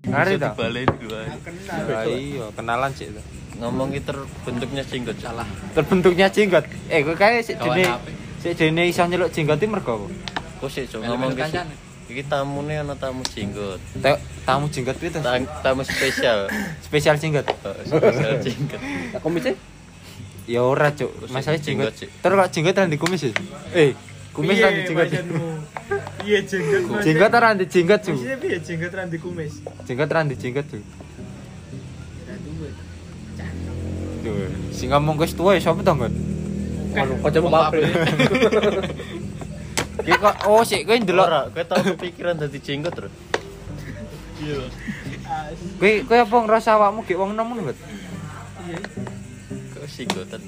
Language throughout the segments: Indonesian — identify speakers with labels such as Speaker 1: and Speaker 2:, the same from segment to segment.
Speaker 1: Ngari
Speaker 2: Bisa
Speaker 1: dah.
Speaker 2: dibalik dua hari.
Speaker 1: Ya, iya, kenalan sih itu.
Speaker 2: Ngomongnya terbentuknya jenggot salah.
Speaker 1: Terbentuknya jenggot. Eh, kowe kae sik
Speaker 3: Kawan
Speaker 1: dene
Speaker 3: apik.
Speaker 1: sik dene iso nyeluk jenggot iki mergo apa?
Speaker 2: Kok sih cok
Speaker 3: Melu-melu
Speaker 2: ngomong ke
Speaker 3: kancane.
Speaker 2: Iki tamune ana tamu jenggot.
Speaker 1: Te- tamu jenggot kuwi tuh.
Speaker 2: Ta- Tamu spesial.
Speaker 1: Spesial jenggot.
Speaker 2: Oh, Spesial jenggot.
Speaker 4: Komise?
Speaker 1: Ya ora, Cuk.
Speaker 2: Terus
Speaker 1: Masalah jenggot.
Speaker 2: jenggot sih.
Speaker 1: Terus kok jenggot ora di kumis sih? Eh, kumis ora di jenggot.
Speaker 5: Iya jenggot. Mas.
Speaker 1: Jenggot ora di jenggot, Cuk.
Speaker 5: Maksudnya piye jenggot ra kumis?
Speaker 1: Jenggot ora di jenggot, Cuk. Duh, sing ngomong wis tuwa ya sapa to, Gon?
Speaker 4: Waduh, kok coba pabrik.
Speaker 1: Ki kok oh sik kowe ndelok.
Speaker 2: Ora, kowe tau kepikiran dadi jenggot, Bro?
Speaker 1: Kowe kowe apa ngrasa awakmu gek wong nom ngono, Gon?
Speaker 2: Kok singgotan?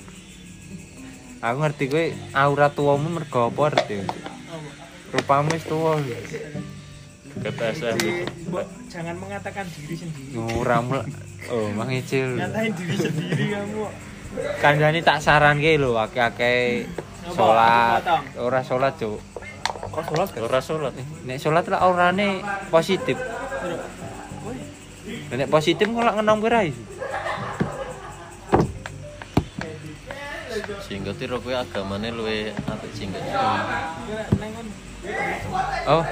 Speaker 1: Aku ngerti kowe aura tuamu mergo apa ngerti. Rupamu wis tuwa.
Speaker 2: Kebiasaan.
Speaker 5: Jadi, Mbok, jangan mengatakan diri sendiri.
Speaker 1: Ora mel- Oh, mangicil.
Speaker 5: Ngatain diri sendiri kamu.
Speaker 1: Kancane tak saranke lho akeh-akeh
Speaker 5: Apa?
Speaker 1: salat.
Speaker 5: Potong.
Speaker 1: Ora salat, Cuk.
Speaker 4: Kok sholat kan?
Speaker 2: Ora salat.
Speaker 1: Nek salat lah aurane positif. Nek positif kok lak ngenom kowe ra iso.
Speaker 2: Jenggot iki kowe agamane luwe apik jenggot.
Speaker 1: Oh.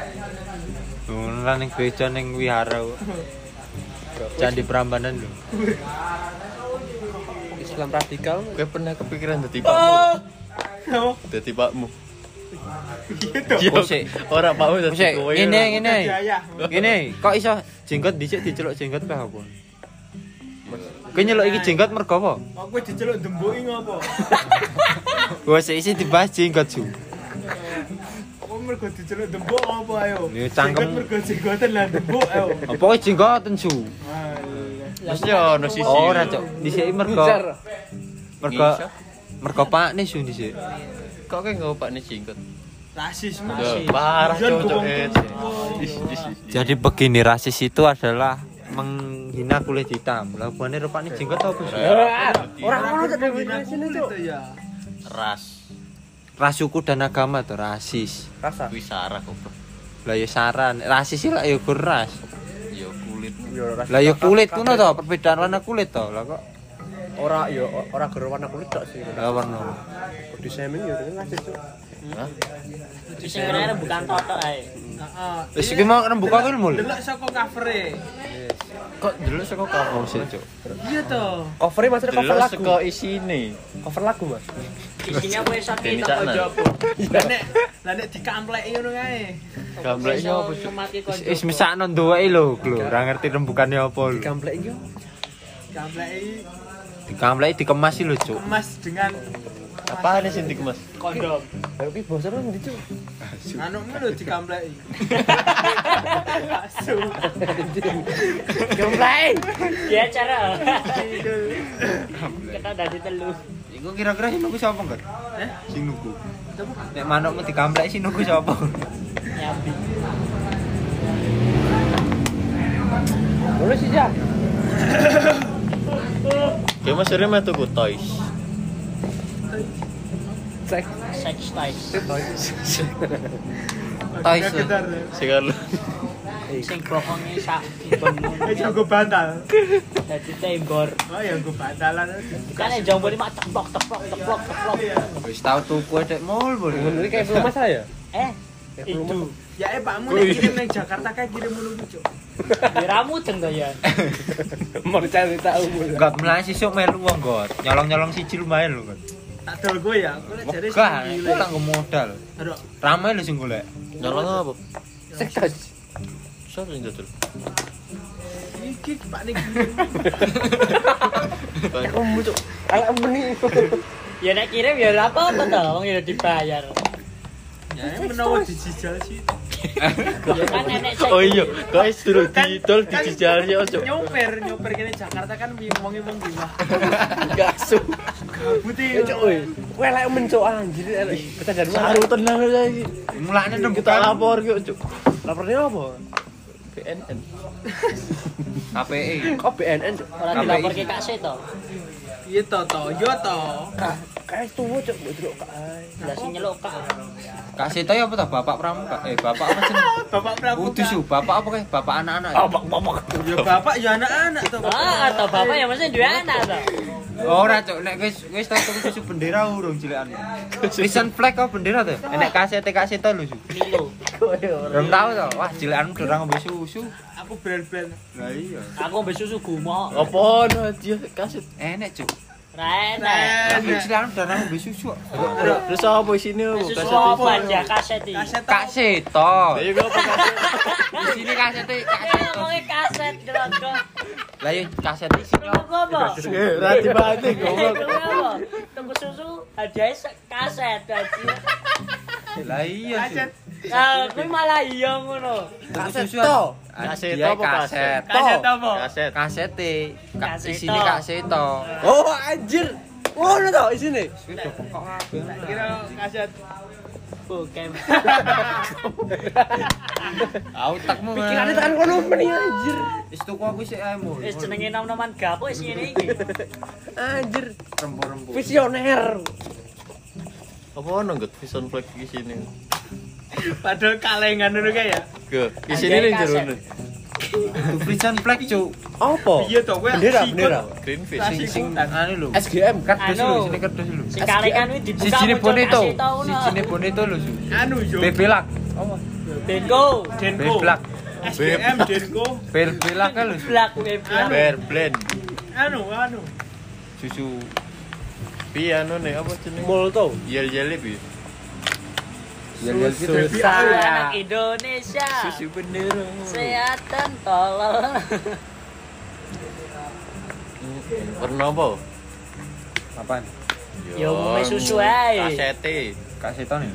Speaker 1: Dulan Oh, ning gereja ning wihara kok. Candi Prambanan lho.
Speaker 4: Islam radikal.
Speaker 2: Kowe pernah kepikiran dadi pakmu?
Speaker 5: Oh,
Speaker 2: Dadi pakmu.
Speaker 5: gitu.
Speaker 2: Iya.
Speaker 1: Kok sik?
Speaker 2: Ora pakmu dadi
Speaker 1: Sik,
Speaker 2: kowe.
Speaker 1: ngene
Speaker 2: Ora.
Speaker 1: ngene.
Speaker 5: Budaya.
Speaker 1: Ngene, kok iso jenggot dhisik diceluk jenggot apa apa? Kowe nyeluk iki jenggot mergo apa?
Speaker 5: Kok kowe diceluk dembuki ngopo?
Speaker 1: Wes isi dibahas jenggot ju.
Speaker 5: Kok mergo diceluk dembuk apa ayo?
Speaker 1: Ini cangkem.
Speaker 5: Jenggot mergo jenggotan lah dembuk ayo.
Speaker 1: Apa kowe jenggoten ju? Oh,
Speaker 5: Alah.
Speaker 2: Mesti ono sisi.
Speaker 1: Ora, Cok. Dhisik mergo
Speaker 4: Gujar.
Speaker 1: mergo
Speaker 2: Ngisor.
Speaker 1: mergo pakne ju dhisik.
Speaker 2: Kok kowe nggawa pakne jenggot?
Speaker 5: Rasis
Speaker 2: Duh,
Speaker 5: masih.
Speaker 2: Parah Eh,
Speaker 5: Jangan
Speaker 2: cowok cowok.
Speaker 1: eh.
Speaker 5: bohong.
Speaker 1: Jadi begini rasis itu adalah menghina kulit hitam. Lah buane rupane jenggot apa sih?
Speaker 4: Orang ngono tak
Speaker 5: Orang
Speaker 4: dewe sini
Speaker 5: kulit
Speaker 4: tuh.
Speaker 5: tuh ya.
Speaker 2: Ras.
Speaker 1: Ras suku dan agama tuh rasis.
Speaker 4: Rasa.
Speaker 2: Kuwi sarah goblok.
Speaker 1: Lah ya saran, rasis sih lah ya gur ras.
Speaker 2: Ya kulit.
Speaker 1: Lah ya kulit kuno toh, perbedaan warna kulit toh. Lah kok
Speaker 4: Ora yo ora ger warna kulit tok sih.
Speaker 1: lah warna.
Speaker 4: Body shaming yo dengan rasis tuh.
Speaker 2: Hah?
Speaker 5: Heeh.
Speaker 1: Wis iki mau rembuka kuwi mul.
Speaker 5: Delok saka cover-e.
Speaker 2: Kok dulu saka kamu sih, Cok?
Speaker 5: Iya toh.
Speaker 4: Covernya maksudnya cover
Speaker 2: Dulu
Speaker 4: lagu.
Speaker 2: saka isine.
Speaker 4: Cover lagu, Mas.
Speaker 2: Dene cakna.
Speaker 5: Lah nek lah nek dikampleki ngono kae.
Speaker 2: Gambleknya apa, Cok?
Speaker 1: Wis- Wis mesakno duweke lho, lho. Ora ngerti rembukane apa lho.
Speaker 4: Digamblek iki. yo.
Speaker 5: Dikampleki
Speaker 1: Dikamleki dikemas sih lho, Cuk.
Speaker 5: emas dengan Iya.
Speaker 2: Apa nih sing dikemas?
Speaker 5: kondom.
Speaker 4: Lah iki basa nang ndi, Cuk?
Speaker 5: Anukmu lho dikampleki. Asu.
Speaker 4: Digamblek.
Speaker 6: Ya cara. Kita dari telu.
Speaker 1: Iku kira-kira sing nunggu sapa, Gat? Eh, sing nunggu. Nek manukmu dikamleki sing nunggu sapa?
Speaker 6: Nyambi.
Speaker 4: Ngono sih, ya.
Speaker 2: Ki Ya, Mas Surya meh tuku toys.
Speaker 4: Cek.
Speaker 6: Sex toys.
Speaker 1: Toys.
Speaker 5: Gedar.
Speaker 2: Sing anu.
Speaker 6: Sing bohongnya sak dibangun.
Speaker 5: Eh jago bantal.
Speaker 6: Dari tembor.
Speaker 5: Oh ya gue bantalan.
Speaker 6: Kan yang jombo lima teplok teplok teplok teplok.
Speaker 1: Wis tau tuku dek mul, mul.
Speaker 4: Ngono iki kayak film masa ya?
Speaker 6: Eh,
Speaker 4: Kayak film
Speaker 6: itu.
Speaker 5: Ya eh Pak Mun kirim nang Jakarta kae kirim menunggu cuk.
Speaker 6: Diramu deng to ya.
Speaker 4: Mau cerita umur.
Speaker 1: Gat mulai sesuk melu wong, Gat. Nyolong-nyolong siji lumayan lho, Gat.
Speaker 5: Tak dol gue ya. Aku lek jare
Speaker 1: Wah,
Speaker 5: sing
Speaker 1: iku
Speaker 5: gile.
Speaker 1: langgo modal.
Speaker 5: Aduh,
Speaker 1: Ramai lho sing golek.
Speaker 2: Nyolong apa?
Speaker 4: Cek tos.
Speaker 2: Sapa sing dodol?
Speaker 5: iki Pak ning kirim.
Speaker 4: Kamu, Cuk. Ala meni.
Speaker 6: Ya nek kirim ya ora apa-apa to, wong ya dibayar.
Speaker 5: Ya eh, menawa dijijal sih.
Speaker 6: Ya kan enek sek.
Speaker 2: Oh iya, kok wis dulu didol
Speaker 5: Kan-
Speaker 2: dijajal ya, Cok.
Speaker 5: Nyoper, nyoper kene Jakarta kan wonge mung di eh. wah.
Speaker 4: Gak su.
Speaker 5: Putih.
Speaker 4: Ya, Cuk, oi. Kowe elek men, Cuk, anjir. elek. Pecah jarum.
Speaker 2: Saru tenang aja iki.
Speaker 1: Mulane
Speaker 2: Kita
Speaker 1: rembukan
Speaker 2: lapor ki, Cok.
Speaker 4: Lapornya apa?
Speaker 2: BNN.
Speaker 1: KPI
Speaker 7: Kok BNN Cuk?
Speaker 6: Ora
Speaker 1: KPI.
Speaker 6: dilapor ke Kak Sito.
Speaker 5: Iya to to, yo to.
Speaker 7: Kak- Kayak tuwa cuk mbok delok Kak. Ay.
Speaker 6: Lah sing nyeluk Kak.
Speaker 1: Kak Sito ya apa tau bapak pramuka eh bapak apa sih
Speaker 5: Bapak
Speaker 1: Kudus
Speaker 5: pramuka.
Speaker 1: yuk bapak apa kayak bapak anak-anak ya?
Speaker 5: Ya bapak ya anak-anak to.
Speaker 6: Ah, atau bapak yang mesti duwe anak to.
Speaker 1: Oh, Ora cok nek wis wis tau tuku susu bendera urung cilekan. Vision flag kok bendera tuh. Nek kasih tek kasih to lho. Su.
Speaker 6: Milo.
Speaker 1: Urung tau to. Wah cilekan dorang ngombe susu.
Speaker 5: Aku brand-brand.
Speaker 1: Lah iya.
Speaker 6: Aku mbek susu gumo.
Speaker 2: Apa no dia kaset.
Speaker 1: Enek cok.
Speaker 6: Ra enak.
Speaker 5: Nah,
Speaker 1: Aku cilekan dorang ngombe susu.
Speaker 2: Terus apa isine? Bu?
Speaker 6: Susu
Speaker 2: Kaset
Speaker 5: apa?
Speaker 6: apa ya kaset iki?
Speaker 5: kaset
Speaker 1: Kak
Speaker 5: tau.
Speaker 1: Sito.
Speaker 2: Ayo gua apa kaset?
Speaker 1: Di sini kasih tek Kak
Speaker 6: Eh,
Speaker 1: Sito.
Speaker 6: ngomongnya kaset grogro.
Speaker 1: Lah iya kasih tek sini.
Speaker 6: Tunggu apa?
Speaker 2: Eh, Rati batik goblok.
Speaker 6: Tunggu apa? Tunggu susu hadiahnya se- kaset aja.
Speaker 1: Lah iya. Su.
Speaker 6: Ah, kuwi malah iya ngono.
Speaker 1: Tuku
Speaker 7: Kaset
Speaker 1: susu. Iya,
Speaker 7: to.
Speaker 1: Kak
Speaker 2: Kaset
Speaker 1: Sito
Speaker 2: apa kaset?
Speaker 1: kaset.
Speaker 5: Kaset apa?
Speaker 2: Kaset.
Speaker 1: Kasih tek.
Speaker 6: Kak
Speaker 1: Di
Speaker 6: Sito.
Speaker 1: sini Kak Sito.
Speaker 7: Oh anjir. Oh, Ngono to isine.
Speaker 5: Kira kaset.
Speaker 6: Bukan.
Speaker 1: Au tekmu.
Speaker 7: Pikirane tekan kono meni ya, anjir.
Speaker 1: Wis tuku aku sik emu.
Speaker 6: Wis jenenge nom-noman gapo wis ngene iki.
Speaker 7: Anjir,
Speaker 1: rembu-rembu.
Speaker 7: visioner.
Speaker 2: Apa ono nggut vision flag di sini?
Speaker 5: Padahal kalengan dulu kayak ya.
Speaker 2: Ke, di sini ning jero.
Speaker 6: Kaset.
Speaker 2: nih.
Speaker 1: Vision flag cuk.
Speaker 7: Apa?
Speaker 5: Iya toh, gue
Speaker 7: Bendera,
Speaker 5: sikut.
Speaker 7: bendera.
Speaker 2: Greenfish.
Speaker 1: sing
Speaker 5: Kasih
Speaker 1: sing
Speaker 5: ikutan.
Speaker 1: anu lho.
Speaker 7: SGM
Speaker 1: Kardus lho,
Speaker 6: Anu.
Speaker 1: sini kardus lho.
Speaker 6: Sing kalekan kuwi
Speaker 1: Si
Speaker 6: dibuka
Speaker 1: jine
Speaker 6: muncul
Speaker 1: boneto.
Speaker 6: kasih tau
Speaker 1: Si
Speaker 6: ngono.
Speaker 1: jine boneto lho, Su.
Speaker 5: Anu yo.
Speaker 1: Bebelak,
Speaker 6: Dengo.
Speaker 5: Denko.
Speaker 1: bebelak,
Speaker 5: SGM Denko.
Speaker 1: bebelak lho. Su.
Speaker 6: Blak kuwi blak.
Speaker 2: Bear blend.
Speaker 5: Anu, anu.
Speaker 1: Susu
Speaker 2: Piano nih apa jenenge?
Speaker 7: Molto.
Speaker 2: Yel jelebi.
Speaker 1: yel-yel gitu.
Speaker 6: Salah anak Indonesia.
Speaker 2: Susu bendera.
Speaker 6: Sehatan tolol.
Speaker 2: Warna apa?
Speaker 1: Apaan?
Speaker 6: Ya, umumnya susu ae.
Speaker 2: Kasete.
Speaker 1: Kasih tau nih.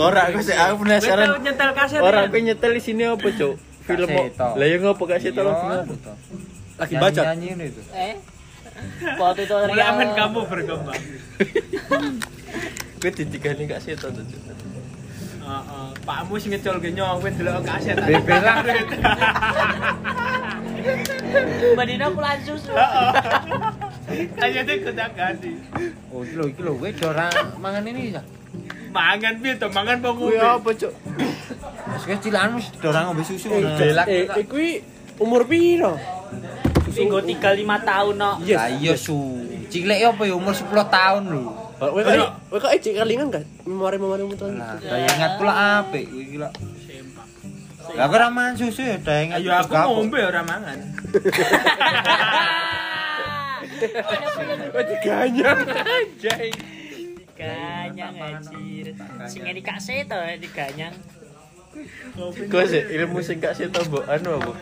Speaker 2: Ora aku sih aku
Speaker 5: Gue
Speaker 2: penasaran.
Speaker 5: nyetel kaset.
Speaker 2: Ora
Speaker 5: ya.
Speaker 2: aku nyetel di sini apa, Cuk? Film
Speaker 1: Kak Seto.
Speaker 2: Lah ya ngopo Kak Seto langsung?
Speaker 1: Iya, toh.
Speaker 7: Lagi
Speaker 1: Nyanyi-
Speaker 7: bacot.
Speaker 1: Nyanyi ini tuh.
Speaker 6: Eh. Waktu itu
Speaker 5: Mulai amin kamu berkembang.
Speaker 2: Gue ditigani Kak Seto tuh, Cuk.
Speaker 5: Heeh. Pakmu sing ngecol ge nyong kowe delok kaset.
Speaker 1: Bebelak.
Speaker 6: Badina kulan susu.
Speaker 5: Kaset itu kudu ganti.
Speaker 1: Oh, iki lho, iki lho, kowe dorang mangan ini ya.
Speaker 5: Mangan piye to? Mangan apa
Speaker 2: Kuwi
Speaker 5: kuwi?
Speaker 2: apa, Cuk?
Speaker 1: Wis kecilan wis dorang ngombe susu.
Speaker 2: Belak.
Speaker 7: Eh, eh, kuwi umur piro?
Speaker 6: Minggu 35 tahun no.
Speaker 7: Yes.
Speaker 1: Lah iya su. Cilik apa ya umur 10 tahun lho.
Speaker 7: Kowe kok kowe kok ejek kelingan gak? Memori-memori mutu
Speaker 2: Nah.
Speaker 1: Lah,
Speaker 7: gitu.
Speaker 1: daya ingat pula apik kuwi iki lho. Lah aku ora mangan susu ya daya ingat.
Speaker 5: Ayo aku
Speaker 1: juga apa.
Speaker 5: ngombe ora mangan.
Speaker 7: Kowe diganyang.
Speaker 6: Ganyang anjir. Sing ngene Kak Seto eh, diganyang.
Speaker 2: Gue sih ilmu sing Kak Seto mbok anu apa?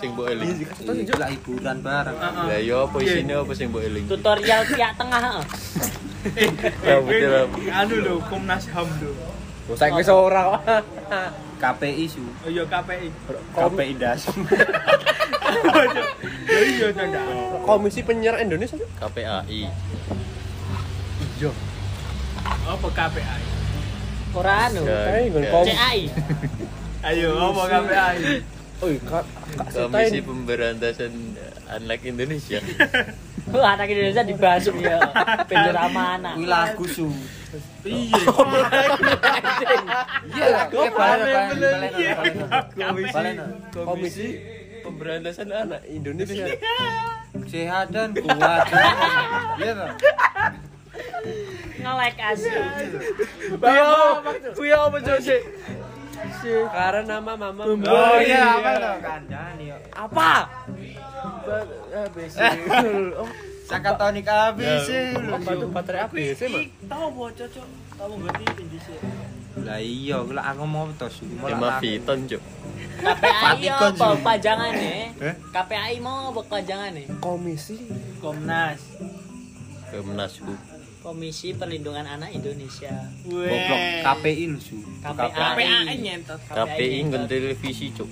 Speaker 2: Sing mbok eling.
Speaker 1: Iki lah hiburan bareng.
Speaker 2: Lah ya apa isine apa sing mbok eling?
Speaker 6: Tutorial pihak tengah. eh.
Speaker 5: Eh,
Speaker 2: Ya, betul, Bang.
Speaker 5: anu lho Komnas HAM lho.
Speaker 7: Wes saiki wis ora.
Speaker 1: KPI su.
Speaker 5: Oh iya KPI.
Speaker 1: KPI das.
Speaker 5: Ya iya tanda.
Speaker 7: Komisi Penyiaran Indonesia.
Speaker 2: KPAI.
Speaker 5: Apa KPI?
Speaker 6: Ora anu.
Speaker 7: Eh, nggon
Speaker 2: Ya,
Speaker 7: kom.
Speaker 6: CAI.
Speaker 5: Ayo apa KPI?
Speaker 7: Oi, Oh, iya, Kak. Kak
Speaker 2: Komisi
Speaker 7: Setain.
Speaker 2: Pemberantasan Anak Indonesia.
Speaker 6: Wah, anak Indonesia dibasuh ya. Pendera mana?
Speaker 1: Kuwi lagu su.
Speaker 5: Iya.
Speaker 7: Oh,
Speaker 1: Iya eh, lah,
Speaker 7: Gua
Speaker 1: balen,
Speaker 7: balen,
Speaker 1: balen, balen, balen, balen.
Speaker 7: Komisi
Speaker 2: Pemberantasan Anak.
Speaker 7: Indonesia.
Speaker 1: Sehat dan kuat. Iya toh.
Speaker 6: Ngelek asli.
Speaker 2: Kuwi apa Cuk sih?
Speaker 7: Karena nama Mama.
Speaker 1: Oh iya apa toh kandhani yo.
Speaker 7: Apa?
Speaker 1: Sakatonik ABC lho.
Speaker 7: Apa tuh baterai habis, Mas?
Speaker 5: Tahu apa cocok? Tahu ngerti Indonesia.
Speaker 1: Lah iya, kuwi lah aku mau toh su. Mau lah
Speaker 2: Emma
Speaker 1: lagu.
Speaker 2: Viton Cuk.
Speaker 6: KPAI
Speaker 1: Patikon
Speaker 6: apa
Speaker 1: sih.
Speaker 6: pajangane?
Speaker 1: Eh?
Speaker 6: KPAI mau apa pajangane?
Speaker 7: Komisi
Speaker 5: Komnas.
Speaker 2: Komnas HUM.
Speaker 6: Komisi Perlindungan Anak Indonesia.
Speaker 1: Goblok KPI lho su.
Speaker 6: KPAI.
Speaker 5: nyentot.
Speaker 2: KPI
Speaker 6: nyentot.
Speaker 2: nggon televisi Cuk.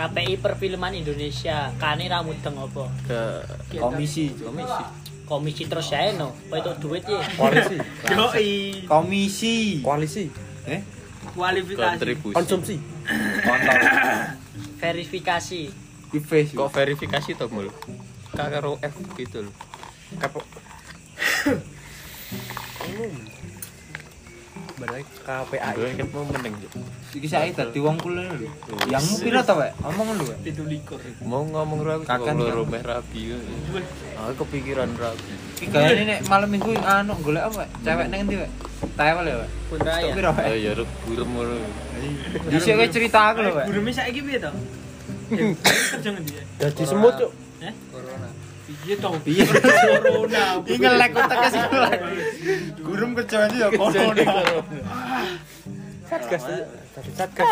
Speaker 6: KPI Perfilman Indonesia. Kane ra mudeng apa?
Speaker 2: Ke
Speaker 1: Komisi, komisi.
Speaker 6: Komisi terus ae no. Apa itu duit ya?
Speaker 1: Komisi.
Speaker 5: Doi
Speaker 1: Komisi.
Speaker 7: koalisi
Speaker 1: Eh?
Speaker 5: kualifikasi.
Speaker 2: kontribusi.
Speaker 7: konsumsi
Speaker 8: kontol.
Speaker 6: verifikasi
Speaker 2: Kok verifikasi to mul? Karo F gitu loh.
Speaker 7: Kapok. Balik KPI.
Speaker 2: Gue kan mau meneng. Cuk.
Speaker 1: Iki saya dadi wong kule lho. Yang pira to, Pak? Omong lu, Pak.
Speaker 5: Itu likur.
Speaker 2: Mau ngomong lu aku
Speaker 1: Kakan,
Speaker 2: kok lu
Speaker 1: kan?
Speaker 2: rumah rabi. Ah,
Speaker 5: Wih.
Speaker 2: Aku kepikiran rabi.
Speaker 1: Iki gayane nek malam Minggu anu golek apa, Pak? Cewek nang ndi, Pak? Tewel ya, Pak. Stok pira, Pak?
Speaker 2: Ayo ya ruk burem ora.
Speaker 1: Dhisik kowe cerita aku lho, Pak.
Speaker 5: Burungnya saiki piye to? Eh, Kerja ngendi ya?
Speaker 7: Jadi semut cuk.
Speaker 5: Piye to? Piye corona?
Speaker 1: Iki ngelek uteke sih. ngelek.
Speaker 9: Gurum kerjanya ya corona.
Speaker 7: Satgas. Satgas.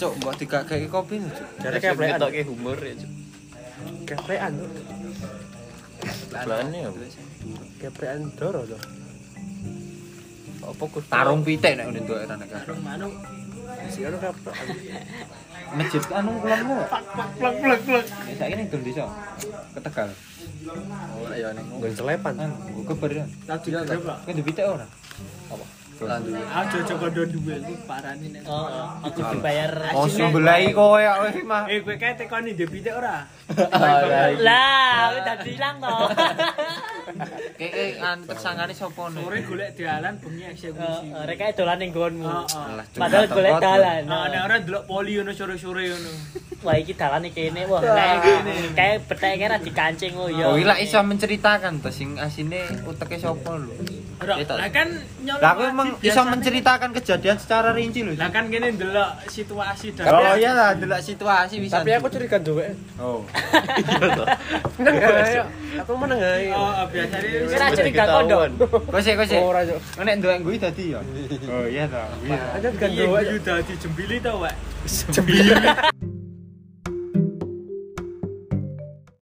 Speaker 1: Cuk, mbok digageki kopi lho, Cuk.
Speaker 7: Jadi
Speaker 2: Kayak
Speaker 7: KPI.
Speaker 2: ketoke humor ya. Cuk.
Speaker 7: KPI.
Speaker 2: Belane ya. Bu.
Speaker 7: KPI Doro loh.
Speaker 2: Apa kur
Speaker 1: Tarung pitik nek ngene duwe nek.
Speaker 6: Oh,
Speaker 5: Manuk.
Speaker 7: Si ono kapok.
Speaker 1: Masjid anu kulonmu, Pak.
Speaker 5: Plek plek plek.
Speaker 1: Ya, Saiki ning Dom Desa. Ketegal. Oh,
Speaker 7: Ora
Speaker 1: iya,
Speaker 7: ya ning nggon celepan.
Speaker 1: Kan gue kebar.
Speaker 5: Tadi grab lah.
Speaker 1: Kan pitik ora?
Speaker 5: Aja coba dua dua itu parani nek.
Speaker 6: oh aku dibayar
Speaker 1: Oh,
Speaker 6: aslinya.
Speaker 1: sumbelai kowe ya, kowe mah.
Speaker 5: Eh gue kayak tekoni dia pitik ora.
Speaker 1: Ah, iya,
Speaker 6: lah udah bilang Oh, toh
Speaker 1: Keke an tersangkane sapa ne?
Speaker 5: Sore golek dalan bengi eksekusi.
Speaker 6: Eh, eh, mereka dolan ning gonmu
Speaker 5: Heeh.
Speaker 6: padahal golek dalan
Speaker 5: Nah, Oh, ada orang delok poli ngono sore-sore ngono.
Speaker 6: wah iki dalane kene wah nek kayak betek kira dikancing oh iya
Speaker 1: Oh, iki lak iso menceritakan to sing asine uteke sapa lho.
Speaker 5: Ora,
Speaker 1: Iya, toh.
Speaker 5: Lah kan nyolong.
Speaker 1: Lah aku emang
Speaker 5: wajib
Speaker 1: iso
Speaker 5: biasanya.
Speaker 1: menceritakan kejadian secara rinci lho.
Speaker 5: Lah kan kene delok situasi dan
Speaker 9: Kalau iya
Speaker 1: lah delok situasi bisa.
Speaker 7: Tapi aku curiga duwe.
Speaker 9: Oh.
Speaker 7: Meneng ae. Aku meneng ae.
Speaker 5: Oh, biasanya
Speaker 1: Iya,
Speaker 6: kira cerita kondo
Speaker 1: kowe sik kowe sik.
Speaker 7: Ora cuk.
Speaker 1: Nek ndelok gue dadi ya.
Speaker 9: Oh iya toh. Iya.
Speaker 7: Aja
Speaker 5: Iya,
Speaker 7: digandowek.
Speaker 5: gue udah dijembili tau, Wak.
Speaker 9: Cembili.